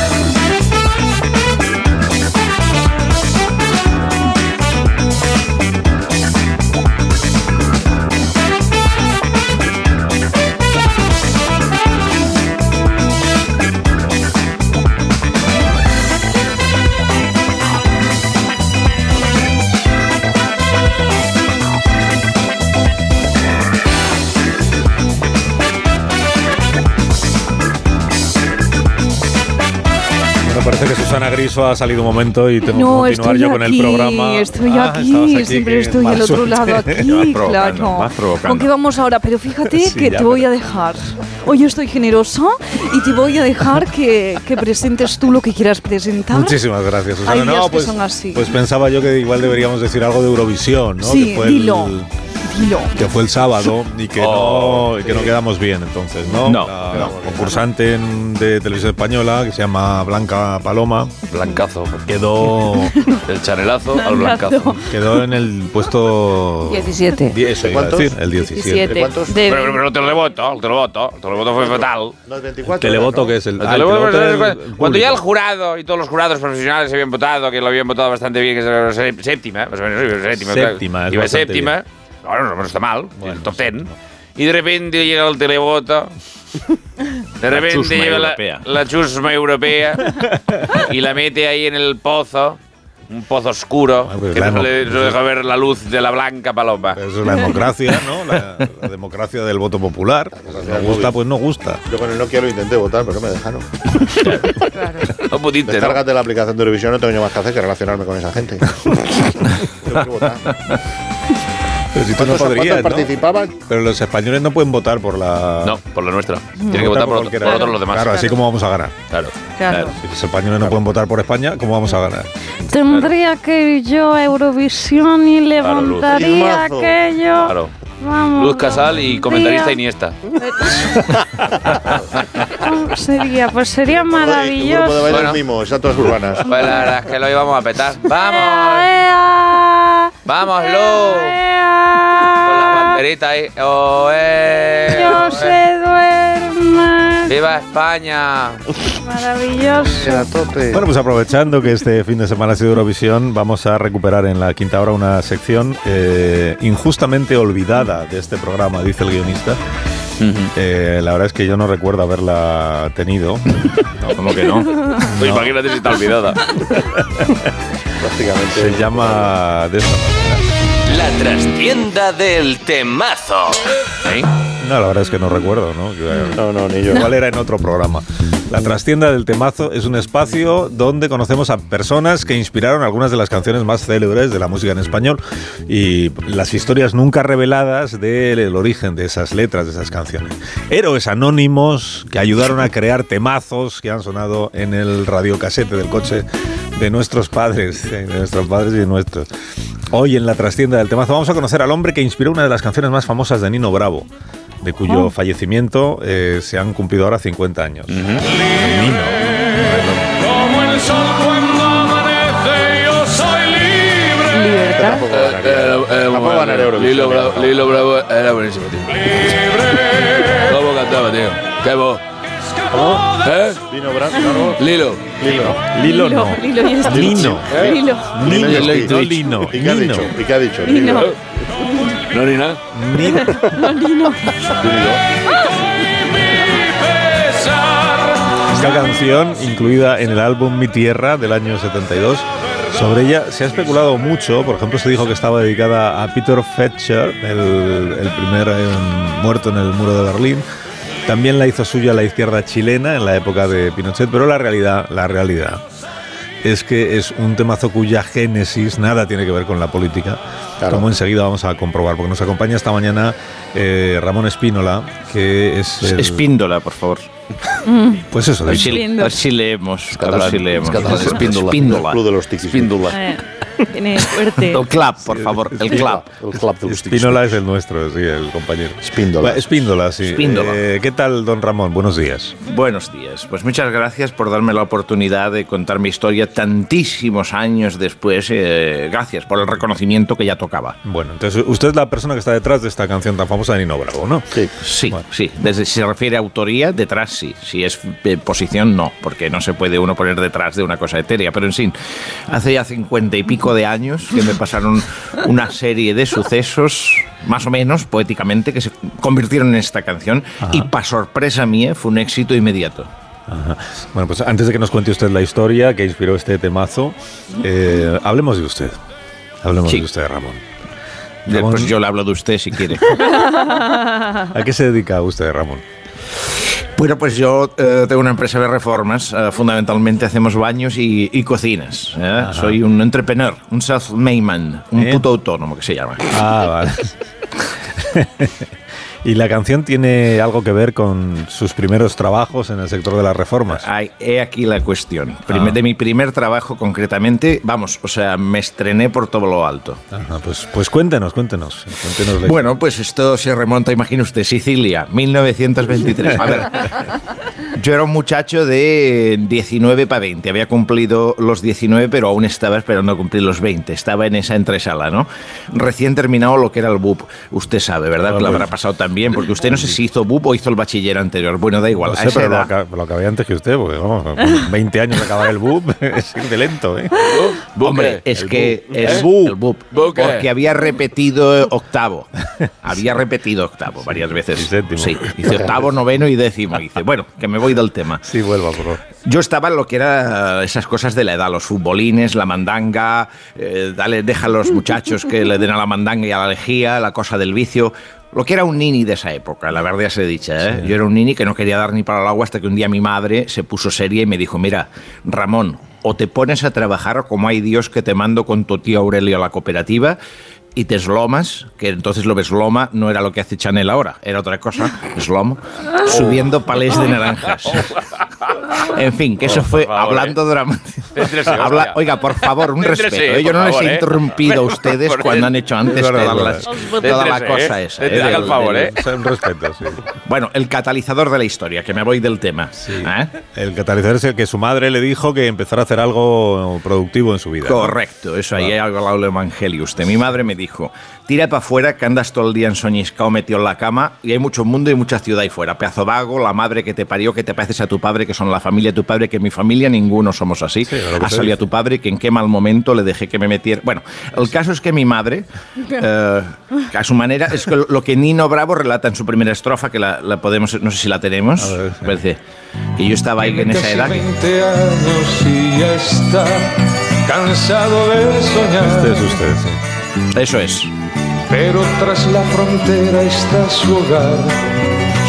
Speaker 1: Bueno, parece que Susana Griso ha salido un momento y tengo
Speaker 11: No,
Speaker 1: que continuar
Speaker 11: estoy
Speaker 1: yo con el
Speaker 11: aquí,
Speaker 1: programa.
Speaker 11: estoy
Speaker 1: Ah,
Speaker 11: aquí,
Speaker 1: estabas aquí,
Speaker 11: siempre
Speaker 1: qué
Speaker 11: estoy
Speaker 1: mala
Speaker 11: al otro
Speaker 1: suerte. (laughs)
Speaker 11: lado aquí, claro. ¿Con qué vamos ahora? Pero fíjate
Speaker 1: (laughs) Sí,
Speaker 11: que
Speaker 1: ya,
Speaker 11: te voy a dejar. Hoy estoy generosa y te voy a dejar que, que presentes tú lo que quieras presentar.
Speaker 1: Muchísimas gracias, Susana.
Speaker 11: Hay días que
Speaker 1: pues,
Speaker 11: son así.
Speaker 1: pues pensaba yo que igual deberíamos decir algo de Eurovisión, ¿no?
Speaker 11: Sí,
Speaker 1: que fue
Speaker 11: dilo.
Speaker 1: El,
Speaker 11: Dilo.
Speaker 1: que fue el sábado y que, no, y que no quedamos bien entonces, Oh, ¿no?
Speaker 4: No,
Speaker 1: La concursante en- de televisión española que se llama Blanca Paloma. Blancazo. (laughs) Quedó.
Speaker 4: Del chanelazo al
Speaker 11: Blancazo. blancazo.
Speaker 1: Quedó en el puesto.
Speaker 9: 17.
Speaker 1: Die- eso
Speaker 9: ¿De
Speaker 1: iba a
Speaker 9: cuántos?
Speaker 1: decir, el 17.
Speaker 9: ¿De cuántos?
Speaker 16: Pero, pero, pero el televoto, el televoto, el televoto fue fatal.
Speaker 1: El televoto que es el.
Speaker 16: El
Speaker 1: ah, el
Speaker 16: televoto
Speaker 1: televoto
Speaker 16: fue
Speaker 1: del
Speaker 16: fatal. Cuando ya el
Speaker 1: público.
Speaker 16: jurado y todos los jurados profesionales se habían votado, que lo habían votado bastante bien, que es la séptima, más o menos, iba séptima,
Speaker 1: Séptima,
Speaker 16: claro.
Speaker 1: es
Speaker 16: iba
Speaker 1: bastante
Speaker 16: séptima, ahora no, no está mal, el top ten, y de repente llega el televoto,
Speaker 1: (laughs)
Speaker 16: de repente
Speaker 4: chusma
Speaker 16: llega la,
Speaker 4: europea.
Speaker 16: la chusma europea y la mete ahí en el pozo un pozo oscuro
Speaker 1: pues
Speaker 16: que
Speaker 1: la demo-
Speaker 16: no le no deja ver la luz de la blanca paloma.
Speaker 1: Es una democracia, ¿no? La, la democracia del
Speaker 9: (laughs)
Speaker 1: voto popular. Nos gusta, pues no gusta.
Speaker 5: Yo con el Nokia lo intenté votar, pero no me dejaron.
Speaker 16: (laughs) No pudiste, ¿no?
Speaker 5: Descárgate la aplicación de Eurovisión, no tengo yo más que hacer que relacionarme con esa
Speaker 16: (laughs)
Speaker 5: gente. Tengo que votar.
Speaker 1: Pero si tú no
Speaker 5: ¿Cuántos-
Speaker 1: podrías,
Speaker 5: cuántos
Speaker 1: ¿no?
Speaker 5: participaban?
Speaker 1: Pero los españoles no pueden votar por la...
Speaker 16: No, por la nuestra. Tienen que votar por, otro-
Speaker 1: cualquiera.
Speaker 16: por otros los demás.
Speaker 1: Claro, así como vamos a ganar.
Speaker 16: Claro.
Speaker 3: Claro.
Speaker 1: Si los españoles no pueden votar por España, ¿cómo vamos a ganar?
Speaker 3: Tendría que ir yo a Eurovisión y
Speaker 16: Claro, Luz.
Speaker 3: levantaría aquello.
Speaker 16: Claro.
Speaker 3: Vamos.
Speaker 16: Luz Casal y comentarista
Speaker 3: Tía. (laughs)
Speaker 16: Iniesta.
Speaker 3: ¿Cómo sería? Pues sería
Speaker 5: Grupo de
Speaker 3: maravilloso.
Speaker 5: bailar
Speaker 16: Bueno.
Speaker 5: mimo, estatuas urbanas.
Speaker 16: (laughs) Pues la verdad es que lo íbamos
Speaker 3: (laughs)
Speaker 16: a petar. ¡Vamos!
Speaker 3: ¡Ea!
Speaker 16: ¡Vamos, Luz! Con la banderita ahí. ¡Oe!
Speaker 3: ¡Yo se duerma!
Speaker 16: ¡Viva España!
Speaker 3: Maravilloso.
Speaker 1: Bueno, pues aprovechando que este fin de semana ha sido Eurovisión, vamos a recuperar en la quinta hora una sección eh, injustamente olvidada de este programa, dice el guionista. Eh, la verdad es que yo no recuerdo haberla tenido. No,
Speaker 16: ¿Cómo
Speaker 3: (laughs)
Speaker 1: (laughs)
Speaker 16: que (laughs) no? Pues Imagínate si está olvidada.
Speaker 1: Prácticamente. Se llama de esta
Speaker 19: La trastienda del temazo.
Speaker 16: ¿Eh?
Speaker 1: No, la verdad es que no recuerdo, ¿no?
Speaker 5: No, no, ni yo.
Speaker 1: Igual era en otro programa. La trastienda del temazo es un espacio donde conocemos a personas que inspiraron algunas de las canciones más célebres de la música en español y las historias nunca reveladas del origen de esas letras, de esas canciones. Héroes anónimos que ayudaron a crear temazos que han sonado en el radiocasete del coche de nuestros padres, eh, de nuestros padres y de nuestros. Hoy en la trastienda del temazo vamos a conocer al hombre que inspiró una de las canciones más famosas de Nino Bravo, de cuyo fallecimiento eh, se han cumplido ahora 50 años.
Speaker 14: Como el sol cuando amanece, yo soy libre.
Speaker 7: (laughs)
Speaker 16: Eh,
Speaker 5: Tampoco van a ganar Eurovisión,
Speaker 16: Lilo
Speaker 5: Lilo Bravo-
Speaker 16: Bravo, era buenísimo, tío. ¿Cómo cantaba, tío? ¿Qué voz? ¿Cómo? ¿Eh?
Speaker 5: Lino Bravo.
Speaker 16: Lilo.
Speaker 5: Lilo.
Speaker 1: Lilo no.
Speaker 5: Lilo y Stitch.
Speaker 1: Lino.
Speaker 5: ¿Eh?
Speaker 1: Lino.
Speaker 5: Lilo y
Speaker 1: Lino.
Speaker 5: Stitch. ¿Y
Speaker 1: No Lino.
Speaker 5: qué ha
Speaker 1: Nino.
Speaker 5: dicho? ¿Y qué ha dicho?
Speaker 1: Nino.
Speaker 5: Lilo.
Speaker 16: No, ni nada.
Speaker 1: Esta canción, incluida en el álbum Mi Tierra del año 72, sobre ella se ha especulado mucho. Por ejemplo, se dijo que estaba dedicada a Peter Fetcher, el, el primer eh, muerto en el muro de Berlín. También la hizo suya la izquierda chilena en la época de Pinochet, pero la realidad, la realidad es que es un temazo cuya génesis nada tiene que ver con la política, como enseguida vamos a comprobar, porque nos acompaña esta mañana eh, Ramón Espínola, que es... el-
Speaker 4: Espíndola, por favor.
Speaker 1: Pues eso,
Speaker 4: A ver si,
Speaker 1: Espíndola.
Speaker 4: a ver si leemos. A ver
Speaker 1: catalán,
Speaker 4: si leemos.
Speaker 1: es catalán,
Speaker 4: Espíndola.
Speaker 1: espíndola.
Speaker 5: Club de los tiquis.
Speaker 4: Espíndola.
Speaker 11: Eh, Tiene fuerte.
Speaker 4: (laughs) El clap, por favor. El clap.
Speaker 5: El club de los tiquis.
Speaker 1: Espínola es el nuestro, sí, el compañero.
Speaker 5: Espíndola.
Speaker 1: Va, Espíndola, sí.
Speaker 4: Espíndola.
Speaker 1: Eh, ¿Qué tal, don Ramón? Buenos días.
Speaker 4: Buenos días. Pues muchas gracias por darme la oportunidad de contar mi historia tantísimos años después. eh, gracias por el reconocimiento que ya tocaba.
Speaker 1: Bueno, entonces usted es la persona que está detrás de esta canción tan famosa de Nino Bravo, ¿no?
Speaker 5: Sí.
Speaker 4: Sí, sí. Desde si se refiere a autoría, detrás sí. Si es eh, posición, no, porque no se puede uno poner detrás de una cosa etérea. Pero en fin, hace ya cincuenta y pico de años que me pasaron una serie de sucesos, más o menos poéticamente, que se convirtieron en esta canción y, para sorpresa mía, fue un éxito inmediato.
Speaker 1: Ajá. Bueno, pues antes de que nos cuente usted la historia que inspiró este temazo, eh, hablemos de usted. Hablemos
Speaker 4: Sí.
Speaker 1: de usted, Ramón. Ramón,
Speaker 4: Después yo le hablo de usted si quiere.
Speaker 1: (laughs) ¿A qué se dedica usted, Ramón?
Speaker 4: Bueno, pues yo eh, tengo una empresa de reformas. eh, fundamentalmente hacemos baños y, y cocinas. ¿eh? Soy un entrepreneur, un self-made man, un puto autónomo que se llama. (laughs)
Speaker 1: Ah, vale. ¿Y la canción tiene algo que ver con sus primeros trabajos en el sector de las reformas?
Speaker 4: Ay, he aquí la cuestión.
Speaker 1: Ah.
Speaker 4: Primer- De mi primer trabajo concretamente, vamos, o sea, me estrené por todo lo alto.
Speaker 1: Ajá, pues, pues cuéntenos, cuéntenos. cuéntenos la-
Speaker 4: Bueno, pues esto se remonta, imagina usted, Sicilia, 1923. A
Speaker 1: (laughs)
Speaker 4: ver, yo era un muchacho de 19 para 20. Había cumplido los 19, pero aún estaba esperando a cumplir los 20.
Speaker 1: Ah, pues.
Speaker 4: Estaba en esa entresala, ¿no? Recién terminado lo que era el BUP. Usted sabe, ¿verdad? Que lo habrá pasado también, porque usted no sé si hizo BUP o hizo el bachiller anterior. Bueno, da igual.
Speaker 1: No
Speaker 4: a
Speaker 1: sé,
Speaker 4: esa
Speaker 1: pero lo,
Speaker 4: edad-
Speaker 1: aca- lo acabé antes que usted,
Speaker 4: (laughs)
Speaker 1: porque vamos, con 20 años de acabar el BUP, (laughs) es ir de lento, ¿eh?
Speaker 4: Hombre, es
Speaker 1: El
Speaker 4: que
Speaker 1: bu-
Speaker 4: es
Speaker 1: el
Speaker 4: el bu- porque había repetido octavo. Había repetido octavo varias veces. Sí, dice
Speaker 1: (laughs)
Speaker 4: octavo, noveno y décimo. Y dice, bueno, que me voy del tema.
Speaker 1: Sí, vuelva, por favor.
Speaker 4: Yo estaba en lo que era eh, esas cosas de la edad, los futbolines, la mandanga, eh, dale, deja a los muchachos que le den a la mandanga y a la lejía, la cosa del vicio. Lo que era un nini de esa época, la verdad se dicha. ¿eh? Yo era un nini que no quería dar ni para el agua hasta que un día mi madre se puso seria y me dijo, mira, Ramón, o te pones a trabajar como hay Dios que te mando con tu tío Aurelio a la cooperativa y te eslomas, que entonces lo ves loma, no era lo que hace Chanel ahora, era otra cosa, eslomo, subiendo palés de naranjas. En fin, que eso fue hablando
Speaker 16: eh.
Speaker 4: dramático.
Speaker 16: Céntrese, hostia.
Speaker 4: Habla- oiga, por favor, un
Speaker 16: Céntrese,
Speaker 4: respeto. ¿eh? Yo
Speaker 16: por
Speaker 4: no les
Speaker 16: favor,
Speaker 4: he
Speaker 16: ¿eh? (laughs)
Speaker 4: interrumpido a
Speaker 16: Por
Speaker 4: ustedes
Speaker 16: favor,
Speaker 4: cuando
Speaker 16: eh.
Speaker 4: han hecho
Speaker 16: Es
Speaker 4: antes
Speaker 16: verdad,
Speaker 4: toda
Speaker 16: es
Speaker 4: la,
Speaker 16: verdad.
Speaker 4: toda la
Speaker 16: Céntrese,
Speaker 4: cosa
Speaker 16: ¿eh?
Speaker 4: esa. ¿eh?
Speaker 16: Haga el
Speaker 4: Del-
Speaker 16: favor,
Speaker 4: del-
Speaker 16: ¿eh?
Speaker 1: Un respeto, sí.
Speaker 4: (laughs) Bueno, el catalizador de la historia, que me voy del tema. ¿eh?
Speaker 1: El catalizador es el que su madre le dijo que empezara a hacer algo productivo en su vida. ¿no?
Speaker 4: Correcto, eso ahí ha hablado el Evangelio. Usted, mi madre me dijo: tira para afuera que andas todo el día ensoñiscado metido en la cama y hay mucho mundo y mucha ciudad ahí fuera. Pedazo vago, la madre que te parió, que te pareces a tu padre, que son la familia de tu padre, que en mi familia ninguno somos así.
Speaker 1: lo que
Speaker 4: ha
Speaker 1: se
Speaker 4: salido a tu padre, que en qué mal momento le dejé que me metiera. Bueno, el caso es que mi madre, eh, a su manera, es que lo que Nino Bravo relata en su primera estrofa, que la, la podemos, no sé si la tenemos, parece que yo estaba ahí en esa
Speaker 14: Casi
Speaker 4: edad.
Speaker 14: 20 años y ya está cansado de soñar.
Speaker 1: Este es usted, sí.
Speaker 4: Eso es.
Speaker 14: Pero tras la frontera está su hogar,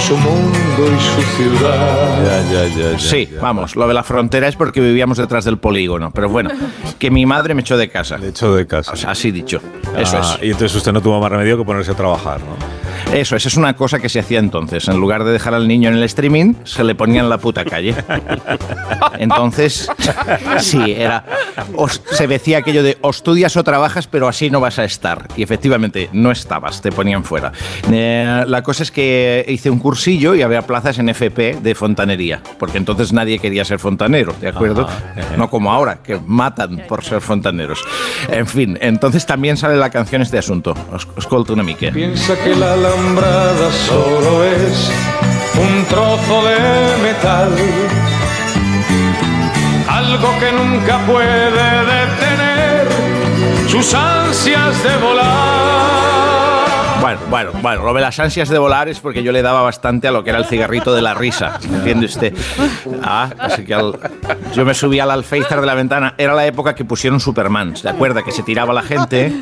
Speaker 14: su mundo y su ciudad.
Speaker 4: sí, vamos, lo de la frontera es porque vivíamos detrás del polígono, pero bueno, que mi madre me echó de casa. Le
Speaker 1: echó de casa.
Speaker 4: O sea, así dicho. Eso
Speaker 1: Ah,
Speaker 4: es.
Speaker 1: Y entonces usted no tuvo más remedio que ponerse a trabajar, ¿no?
Speaker 4: Eso es, es una cosa que se hacía entonces. En lugar de dejar al niño en el streaming, se le ponía en la puta calle. Entonces, sí, era. os- se decía aquello de o estudias o trabajas, pero así no vas a estar. Y efectivamente, no estabas, te ponían fuera. Eh, la cosa es que hice un cursillo y había plazas en FP de fontanería, porque entonces nadie quería ser fontanero, ¿de acuerdo? No como ahora, que matan por ser fontaneros. En fin, entonces también sale la canción este asunto. Os, escolto una mica.
Speaker 14: Piensa que la alambrada solo es un trozo de metal, algo que nunca puede detener sus ansias de volar.
Speaker 4: Bueno, bueno, bueno, lo de las ansias de volar es porque yo le daba bastante a lo que era el cigarrito de la risa, ¿entiende usted? Ah, así que al- yo me subí al alféizar de la ventana. Era la época que pusieron Superman, ¿se acuerda? Que se tiraba la gente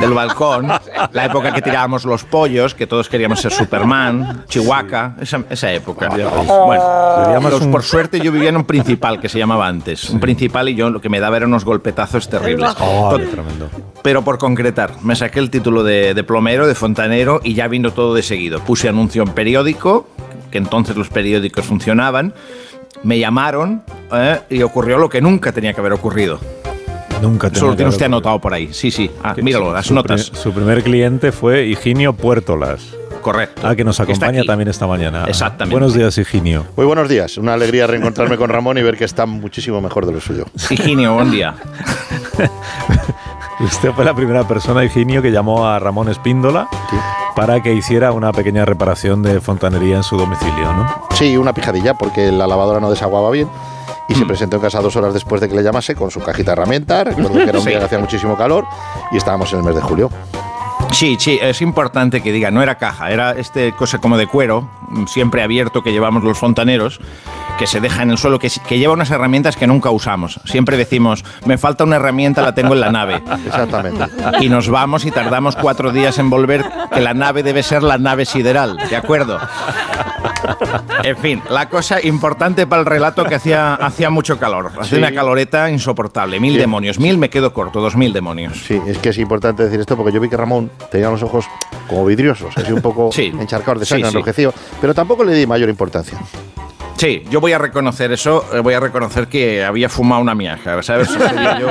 Speaker 4: del balcón, la época que tirábamos los pollos, que todos queríamos ser Superman, Chihuahua, esa, esa época. Bueno, los- por suerte yo vivía en un principal que se llamaba antes, un principal y yo lo que me daba eran unos golpetazos terribles.
Speaker 1: Oh,
Speaker 4: Tot-
Speaker 1: qué tremendo.
Speaker 4: pero por concretar, me saqué el título de, de plomero, de fontanero y ya vino todo de seguido. Puse anuncio en periódico, que entonces los periódicos funcionaban. Me llamaron eh, y ocurrió lo que nunca tenía que haber ocurrido.
Speaker 1: Nunca
Speaker 4: Eso lo tiene usted anotado por ahí. Sí, sí. Ah, míralo, las
Speaker 1: Su pri-
Speaker 4: notas.
Speaker 1: su primer cliente fue Higinio Puertolas.
Speaker 4: Correcto.
Speaker 1: Ah, que nos
Speaker 4: está
Speaker 1: acompaña
Speaker 4: aquí.
Speaker 1: también esta mañana.
Speaker 4: Exactamente.
Speaker 1: Buenos días, Higinio. (laughs)
Speaker 5: Muy buenos días. Una alegría reencontrarme con Ramón y ver que está muchísimo mejor de lo suyo.
Speaker 4: Higinio, buen día.
Speaker 1: Usted fue la primera persona, Higinio, que llamó a Ramón Espíndola para que hiciera una pequeña reparación de fontanería en su domicilio, ¿no?
Speaker 5: Sí, una pijadilla porque la lavadora no desaguaba bien y
Speaker 4: Mm.
Speaker 5: se presentó en casa dos horas después de que le llamase con su cajita de herramientas. Recuerdo que era
Speaker 4: (laughs)
Speaker 5: un
Speaker 4: Sí.
Speaker 5: día que hacía muchísimo calor y estábamos en el mes de julio.
Speaker 4: Sí, sí, es importante que diga, no era caja, era este cosa como de cuero, mm, siempre abierto que llevamos los fontaneros, que se deja en el suelo, que, s- que lleva unas herramientas que nunca usamos. Siempre decimos, me falta una herramienta, la tengo en la nave.
Speaker 5: Exactamente.
Speaker 4: Y nos vamos y tardamos cuatro días en volver, que la nave debe ser la nave sideral, ¿de acuerdo? En fin, la cosa importante para el relato que hacía, hacía mucho calor, hacía
Speaker 5: Sí.
Speaker 4: una caloreta insoportable, mil
Speaker 5: Sí.
Speaker 4: demonios, mil me quedo corto, dos mil demonios.
Speaker 5: Sí, es que es importante decir esto porque yo vi que Ramón tenía los ojos como vidriosos, así un poco encharcados
Speaker 4: (laughs)
Speaker 5: de
Speaker 4: Sí,
Speaker 5: sangre,
Speaker 4: sí.
Speaker 5: enrojecido, pero tampoco le di mayor importancia.
Speaker 4: Sí, yo voy a reconocer eso, eh, voy a reconocer que había fumado una miaja, ¿sabes? Eso sería yo.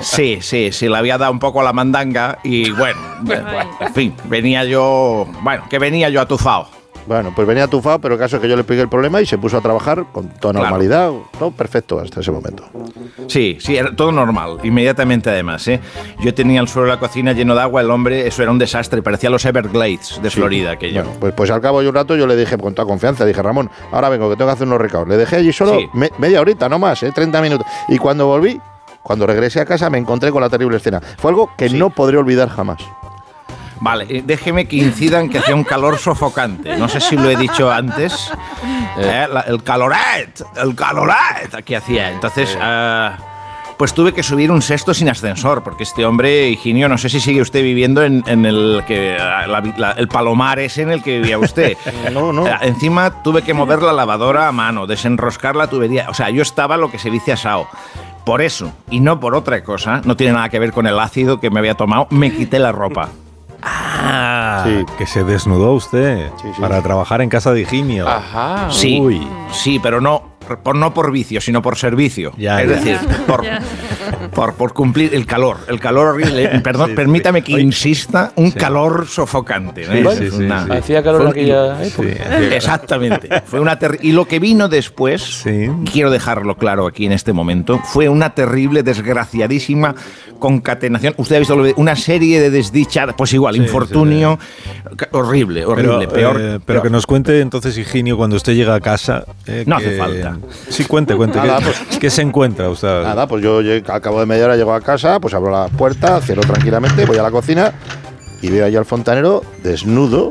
Speaker 4: Sí, sí, sí, le había dado un poco a la mandanga y bueno, eh, en fin, venía yo, bueno, que venía yo atufado.
Speaker 5: Bueno, pues venía atufado, pero el caso es que yo le pegué el problema y se puso a trabajar con toda normalidad, todo perfecto hasta ese momento.
Speaker 4: Sí, sí, era todo normal, inmediatamente además. ¿eh? Yo tenía el suelo de la cocina lleno de agua, el hombre, eso era un desastre, parecía los Everglades de
Speaker 5: Sí.
Speaker 4: Florida aquello.
Speaker 5: Bueno, pues, pues al cabo de un rato yo le dije con toda confianza, dije, Ramón, ahora vengo que tengo que hacer unos recados. Le dejé allí solo
Speaker 4: Sí.
Speaker 5: me- media horita, no más, ¿eh? 30 minutos. Y cuando volví, cuando regresé a casa, me encontré con la terrible escena. Fue algo que no podré olvidar jamás.
Speaker 4: Vale, eh, déjeme que incidan que hacía un calor sofocante. No sé si lo he dicho antes. Eh, la- el caloret, el caloret que hacía. Entonces, ah, pues tuve que subir un sexto sin ascensor, porque este hombre, Higinio, no sé si sigue usted viviendo en, en el, que, ah, la- la- el palomar ese en el que vivía usted.
Speaker 5: (laughs) No, no.
Speaker 4: Eh, Encima tuve que mover la lavadora a mano, desenroscar la tubería. O sea, yo estaba lo que se dice asado. Por eso, y no por otra cosa, no tiene nada que ver con el ácido que me había tomado, me quité la ropa.
Speaker 1: Ah, que se desnudó usted para trabajar en casa de Higinio.
Speaker 7: Ah,
Speaker 1: Ajá.
Speaker 4: Sí, sí, pero no por, no por vicio, sino por servicio.
Speaker 1: Ya,
Speaker 4: es
Speaker 1: ya.
Speaker 4: decir, por, por, por cumplir el calor. El calor horrible. eh,
Speaker 7: (laughs)
Speaker 4: Perdón,
Speaker 7: Sí,
Speaker 4: permítame que insista, un calor sofocante. ¿no?
Speaker 7: Sí,
Speaker 4: Es
Speaker 7: sí, sí,
Speaker 4: una-
Speaker 7: sí. Hacía calor
Speaker 4: fue un-
Speaker 7: aquella época.
Speaker 4: Sí, hacía- Exactamente. Fue una terri- y lo que vino después, y quiero dejarlo claro aquí en este momento, fue una terrible, desgraciadísima concatenación. Usted ha visto lo de- una serie de desdichas, pues igual, infortunio, ca- horrible, horrible,
Speaker 1: Pero,
Speaker 4: peor.
Speaker 1: eh, pero
Speaker 4: peor.
Speaker 1: que nos cuente entonces Higinio cuando usted llega a casa. eh,
Speaker 4: No
Speaker 1: que-
Speaker 4: hace falta.
Speaker 1: Sí, cuente, cuente.
Speaker 5: Nada,
Speaker 1: ¿qué,
Speaker 5: pues-
Speaker 1: qué se encuentra? O sea,
Speaker 5: Nada, pues yo llegué- al cabo de media hora llego a casa, pues abro la puerta, cierro tranquilamente, voy a la cocina y veo allí al fontanero desnudo.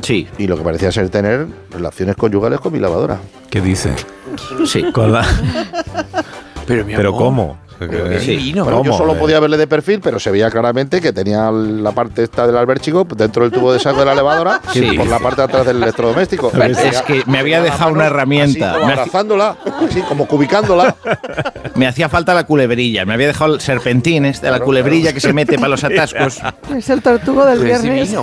Speaker 4: Sí.
Speaker 5: Y lo que parecía ser tener relaciones conyugales con mi lavadora.
Speaker 1: ¿Qué dice?
Speaker 4: Sí.
Speaker 1: Con la-
Speaker 7: Pero,
Speaker 1: ¿Pero cómo?
Speaker 5: Pero
Speaker 1: Eh,
Speaker 5: qué divino.
Speaker 1: ¿cómo?
Speaker 5: Bueno, yo solo
Speaker 1: Eh,
Speaker 5: podía verle de perfil, pero se veía claramente que tenía la parte esta del albérchico dentro del tubo de saco de la lavadora
Speaker 4: Sí.
Speaker 5: y por la parte de atrás del electrodoméstico.
Speaker 4: Es que me había dejado una herramienta.
Speaker 5: Como
Speaker 4: Me
Speaker 5: abrazándola, así como cubicándola.
Speaker 4: Me hacía falta la culebrilla. Me había dejado el serpentín, este, la
Speaker 5: Claro,
Speaker 4: culebrilla
Speaker 5: claro.
Speaker 4: que se mete
Speaker 5: (laughs)
Speaker 4: para los
Speaker 7: (laughs)
Speaker 4: atascos.
Speaker 9: Es el tortugo del
Speaker 4: Pues
Speaker 9: viernes.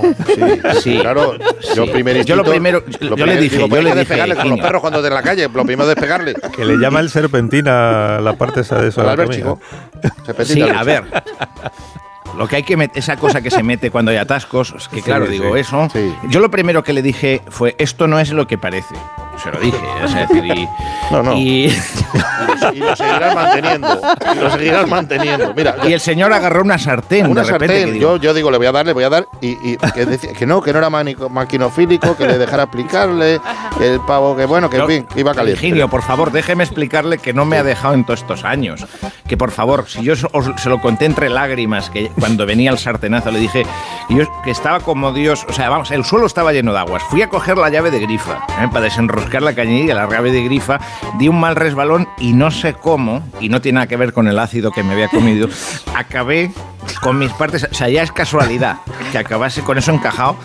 Speaker 4: Sí.
Speaker 5: Claro, yo
Speaker 4: Sí.
Speaker 5: primero
Speaker 4: Yo lo primero- yo le dije, yo le dije,
Speaker 5: despegarle con los
Speaker 4: Higinio.
Speaker 5: perros cuando estés en la calle, lo primero es despegarle.
Speaker 1: Que le llama el serpentina la parte esa de eso.
Speaker 5: Al albérchico. Serpentina
Speaker 4: Sí,
Speaker 5: al
Speaker 4: a ver.
Speaker 5: albérchico.
Speaker 4: Lo que hay que meter, esa cosa que se mete cuando hay atascos, es (laughs) que
Speaker 5: Sí,
Speaker 4: claro,
Speaker 5: sí.
Speaker 4: digo eso. Yo lo primero que le dije fue: esto no es lo que parece. Se lo dije. o sea, es decir, y,
Speaker 5: No, no.
Speaker 4: y-
Speaker 5: Y lo seguirás manteniendo. y lo seguirás manteniendo. Mira,
Speaker 4: y el señor agarró una sartén.
Speaker 5: Una
Speaker 4: de repente,
Speaker 5: sartén.
Speaker 4: que digo,
Speaker 5: yo, yo digo, le voy a dar, le voy a dar. Y,
Speaker 4: (laughs)
Speaker 5: y que, decía- que no, que no era manico- maquinofílico, que le dejara explicarle. El pavo, que bueno, que en
Speaker 4: No,
Speaker 5: fin, que iba caliente.
Speaker 4: Virgilio, por favor, déjeme explicarle que no me ha dejado en todos estos años. Que por favor, si yo so- os- se lo conté entre lágrimas, que cuando venía el sartenazo le dije y yo, que estaba como Dios, o sea, vamos, el suelo estaba lleno de aguas. Fui a coger la llave de grifa ¿eh? para desenroscar la cañería, la llave de grifa, di un mal resbalón y no sé cómo, y no tiene nada que ver con el ácido que me había comido, acabé con mis partes, o sea, ya es casualidad que acabase con eso encajado.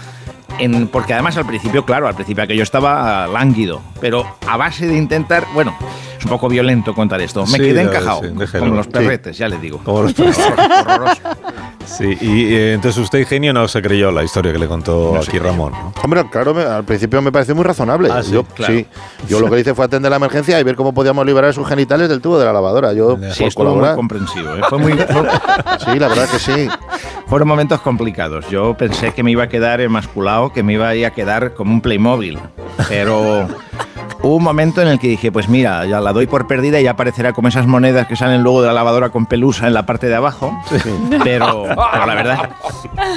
Speaker 4: En- porque además al principio, claro, al principio que yo estaba ah, lánguido, pero a base de intentar, bueno, es un poco violento contar esto, me
Speaker 1: Sí,
Speaker 4: quedé
Speaker 1: ya,
Speaker 4: encajado,
Speaker 1: sí, déjelo.
Speaker 4: como los
Speaker 1: Sí.
Speaker 4: perretes, ya le digo.
Speaker 5: (laughs)
Speaker 1: Como los perros. Sí, y eh, entonces usted, Higinio, no se creyó la historia que le contó
Speaker 5: No se
Speaker 1: aquí Ramón. ¿no?
Speaker 5: Hombre, claro, me- al principio me pareció muy razonable.
Speaker 1: Ah, sí,
Speaker 5: yo,
Speaker 1: claro.
Speaker 5: sí. yo lo que hice fue atender la emergencia y ver cómo podíamos liberar sus genitales del tubo de la lavadora. Yo,
Speaker 4: Sí,
Speaker 5: por
Speaker 4: estuvo muy
Speaker 5: colaborar.
Speaker 4: comprensivo. ¿eh? Fue muy, fue-
Speaker 5: Sí, la verdad que sí.
Speaker 4: Fueron momentos complicados. Yo pensé que me iba a quedar emasculado, que me iba a ir a quedar como un Playmobil. Pero hubo un momento en el que dije, pues mira, ya la doy por perdida y ya aparecerá como esas monedas que salen luego de la lavadora con pelusa en la parte de abajo. Pero, pero la verdad,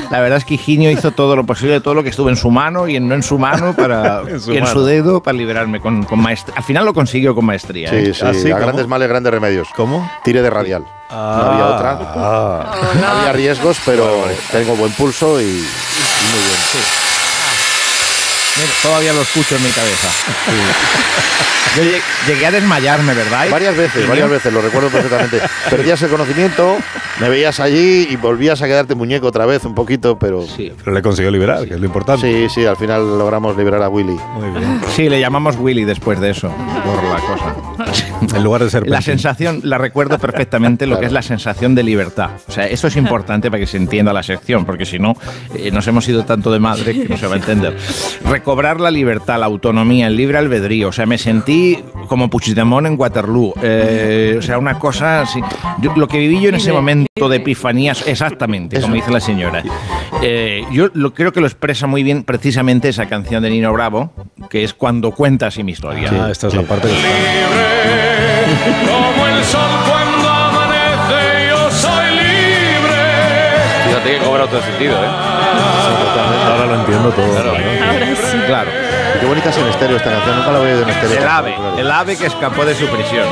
Speaker 4: la verdad es que Higinio hizo todo lo posible, todo lo que estuvo en su mano y en, no en su mano para,
Speaker 1: (laughs) En su
Speaker 4: y en
Speaker 1: mano.
Speaker 4: su dedo para liberarme con, con maestría. Al final lo consiguió con maestría. ¿eh?
Speaker 5: Sí, sí. a grandes males, grandes remedios.
Speaker 1: ¿Cómo?
Speaker 5: Tire de radial. no había otra. No había riesgos, pero tengo buen pulso y, y muy bien.
Speaker 4: Mira, todavía lo escucho en mi cabeza. Yo lleg- llegué a desmayarme, ¿verdad?
Speaker 5: Varias veces, varias veces, lo recuerdo perfectamente. Perdías el conocimiento, me veías allí y volvías a quedarte muñeco otra vez un poquito, pero... Sí,
Speaker 1: Pero le consiguió liberar, que es lo importante.
Speaker 5: sí, al final logramos liberar a Willy.
Speaker 1: Muy bien.
Speaker 4: Sí, le llamamos Willy después de eso, por la cosa.
Speaker 1: (laughs) En lugar de ser
Speaker 4: La sensación, la recuerdo perfectamente lo que es la sensación de libertad. O sea, eso es importante para que se entienda la sección, porque si no, eh, nos hemos ido tanto de madre que no se va a entender. Recobrar la libertad, la autonomía, el libre albedrío. O sea, me sentí como Puigdemont en Waterloo. Eh, o sea, una cosa así. Yo- lo que viví yo en ese momento de epifanías, exactamente, como dice la señora. Eh, yo lo, creo que lo expresa muy bien precisamente esa canción de Nino Bravo, que es cuando cuenta así mi historia.
Speaker 1: Ah, esta es la parte
Speaker 3: Como el sol cuando amanece, yo soy libre.
Speaker 16: Fíjate que cobra otro sentido, ¿eh?
Speaker 1: Ahora Ah, lo entiendo todo.
Speaker 16: Claro.
Speaker 10: Ahora sí.
Speaker 4: Claro.
Speaker 5: Qué bonita es en estéreo esta canción, nunca la había oído en estéreo.
Speaker 4: El ave, el ave que escapó de su prisión.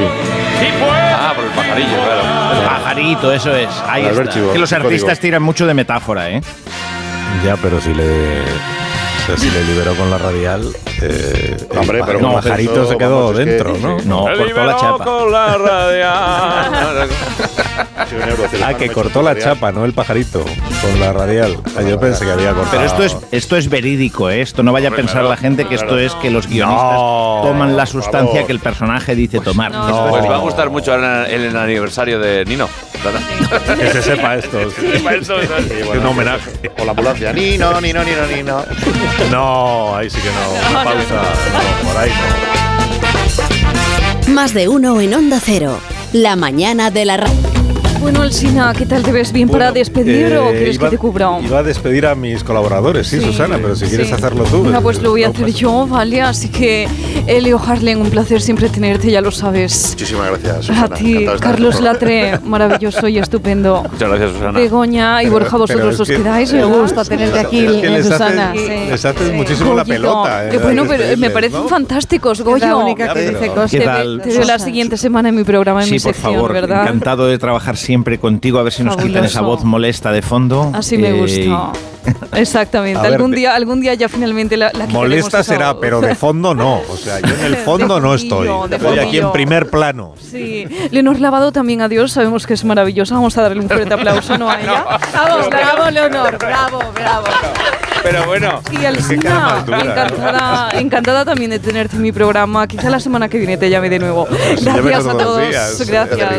Speaker 16: Ah, por el pajarillo, claro.
Speaker 4: El pajarito, eso es. Ahí
Speaker 1: El
Speaker 4: está.
Speaker 1: archivo,
Speaker 4: que los
Speaker 1: el
Speaker 4: artistas
Speaker 1: código.
Speaker 4: tiran mucho de metáfora, ¿eh?
Speaker 1: Ya, pero si le. o sea, Si le liberó con la radial, eh,
Speaker 5: Hombre,
Speaker 1: el,
Speaker 5: pero
Speaker 1: no,
Speaker 5: vamos,
Speaker 1: pajarito
Speaker 5: eso,
Speaker 1: se quedó
Speaker 5: vamos, es que-
Speaker 1: dentro, ¿no?
Speaker 5: sí, sí. No,
Speaker 16: Me
Speaker 5: cortó la
Speaker 16: liberó
Speaker 5: chapa.
Speaker 16: con
Speaker 1: (laughs)
Speaker 16: la (laughs) radial.
Speaker 1: Ah, que cortó la chapa, no el pajarito, con la radial. Ah, yo pensé que había cortado.
Speaker 4: Pero esto
Speaker 5: (laughs)
Speaker 4: es, esto es verídico, ¿eh? Esto no vaya a
Speaker 1: Hombre,
Speaker 4: pensar
Speaker 1: claro,
Speaker 4: la gente que esto
Speaker 1: claro.
Speaker 4: es que los guionistas
Speaker 1: No,
Speaker 4: toman la
Speaker 1: por
Speaker 4: sustancia
Speaker 1: favor.
Speaker 4: que el personaje dice tomar.
Speaker 16: No. Pues va a gustar mucho ahora en el aniversario de Nino.
Speaker 1: Que se sepa esto. Es un homenaje.
Speaker 5: O la ambulancia. Ni no, ni no, ni no, ni no.
Speaker 1: (laughs) No, ahí sí que no.
Speaker 5: No, no,
Speaker 1: Pausa. No, por ahí no.
Speaker 18: Más de uno en Onda Cero. La mañana de la radio.
Speaker 10: Bueno, Alsina, ¿qué tal te ves? ¿Bien para despedir o
Speaker 1: Eh,
Speaker 10: quieres
Speaker 1: iba-
Speaker 10: que te cubra?
Speaker 1: Iba a despedir a mis colaboradores, sí,
Speaker 10: Sí.
Speaker 1: Susana, pero si quieres
Speaker 10: Sí.
Speaker 1: hacerlo tú.
Speaker 10: Bueno,
Speaker 1: eh,
Speaker 10: pues lo voy a
Speaker 1: no
Speaker 10: hacer
Speaker 1: pasa-
Speaker 10: yo, ¿vale? Así que, Elio Harlen, un placer siempre tenerte, ya lo sabes.
Speaker 5: Muchísimas gracias, Susana.
Speaker 10: A ti,
Speaker 5: Encantado de estar
Speaker 10: Carlos
Speaker 5: con-
Speaker 1: (laughs)
Speaker 10: Latre, maravilloso y estupendo.
Speaker 16: Muchas gracias, Susana.
Speaker 10: Begoña y
Speaker 1: Pero-
Speaker 10: Borja,
Speaker 1: pero
Speaker 10: vosotros
Speaker 1: es
Speaker 10: os
Speaker 1: que-
Speaker 10: quedáis. Me gusta tenerte aquí,
Speaker 1: Es que
Speaker 10: eh,
Speaker 1: les
Speaker 10: Susana.
Speaker 1: haces,
Speaker 10: sí.
Speaker 1: les haces muchísimo la
Speaker 10: Goyito.
Speaker 1: pelota. eh,
Speaker 10: Eh, bueno,
Speaker 1: de
Speaker 10: pero eh, me
Speaker 1: decirles,
Speaker 10: parecen
Speaker 1: ¿no?
Speaker 10: fantásticos, Goyo.
Speaker 9: la única que
Speaker 1: Ya,
Speaker 9: dice
Speaker 1: pero-
Speaker 9: cosas.
Speaker 4: ¿Qué
Speaker 10: Te,
Speaker 4: tal?
Speaker 10: ve- te veo la siguiente semana en mi programa, en mi
Speaker 4: Sí, por
Speaker 10: sección,
Speaker 4: favor,
Speaker 10: ¿verdad?
Speaker 4: encantado de trabajar siempre contigo, a ver si nos quitan
Speaker 10: Fabuloso.
Speaker 4: esa voz molesta de fondo.
Speaker 10: Así me
Speaker 4: Eh,
Speaker 10: gusta. (laughs) Exactamente.
Speaker 4: A ver,
Speaker 10: algún
Speaker 4: de-
Speaker 10: día, algún día ya finalmente la, la quitaremos
Speaker 1: Molesta
Speaker 10: esa
Speaker 1: será,
Speaker 10: voz.
Speaker 1: pero de fondo no. O sea, yo en el fondo no estoy.
Speaker 10: de
Speaker 1: Estoy aquí en
Speaker 10: fondillo.
Speaker 1: primer plano.
Speaker 10: Sí. Leonor Lavado también, adiós. Sabemos que es maravillosa. Vamos a darle un fuerte aplauso, ¿no? A ella.
Speaker 9: Vamos, bravo, Leonor, bravo, bravo.
Speaker 16: Pero ¿eh? bueno.
Speaker 10: Y Alcina,
Speaker 16: dura, ¿no?
Speaker 10: encantada, encantada también de tenerte en mi programa. Quizá la semana que viene te llame de nuevo. Gracias a todos.
Speaker 7: eh.
Speaker 10: Gracias.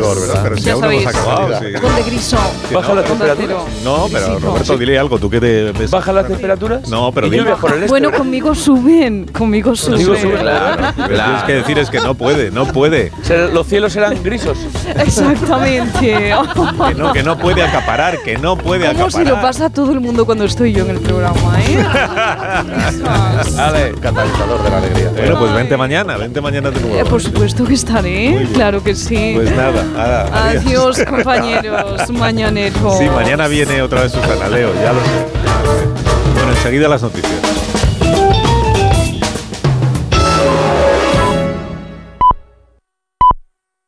Speaker 1: Pero si
Speaker 10: ya
Speaker 1: aún no hemos
Speaker 10: sabéis.
Speaker 1: acabado, sí.
Speaker 10: Conde Griso.
Speaker 1: Baja la
Speaker 10: temperatura.
Speaker 1: No, pero Roberto, dile algo. ¿Tú que te ves?
Speaker 7: ¿Baja las temperaturas?
Speaker 1: No, pero
Speaker 7: Y
Speaker 1: dile.
Speaker 7: llueve por el este,
Speaker 10: Bueno, conmigo suben. Conmigo suben.
Speaker 7: Contigo suben.
Speaker 1: Claro, lo que tienes que decir es que no puede, no puede.
Speaker 7: Se- Los cielos eran grisos.
Speaker 10: Exactamente.
Speaker 1: Que no, que no puede acaparar, que no puede
Speaker 10: ¿Cómo se
Speaker 1: acaparar.
Speaker 10: lo pasa a todo el mundo cuando estoy yo en el programa, eh?
Speaker 1: (laughs) Dale. Catalizador de la alegría. Bueno, pues vente mañana, vente mañana de
Speaker 10: Eh,
Speaker 1: nuevo.
Speaker 10: Por supuesto que estaré, claro que sí.
Speaker 1: Pues nada, nada.
Speaker 10: Adiós, compañeros, mañaneros.
Speaker 1: Sí, mañana viene otra vez Susana Leo, ya lo sé. Bueno, enseguida las noticias.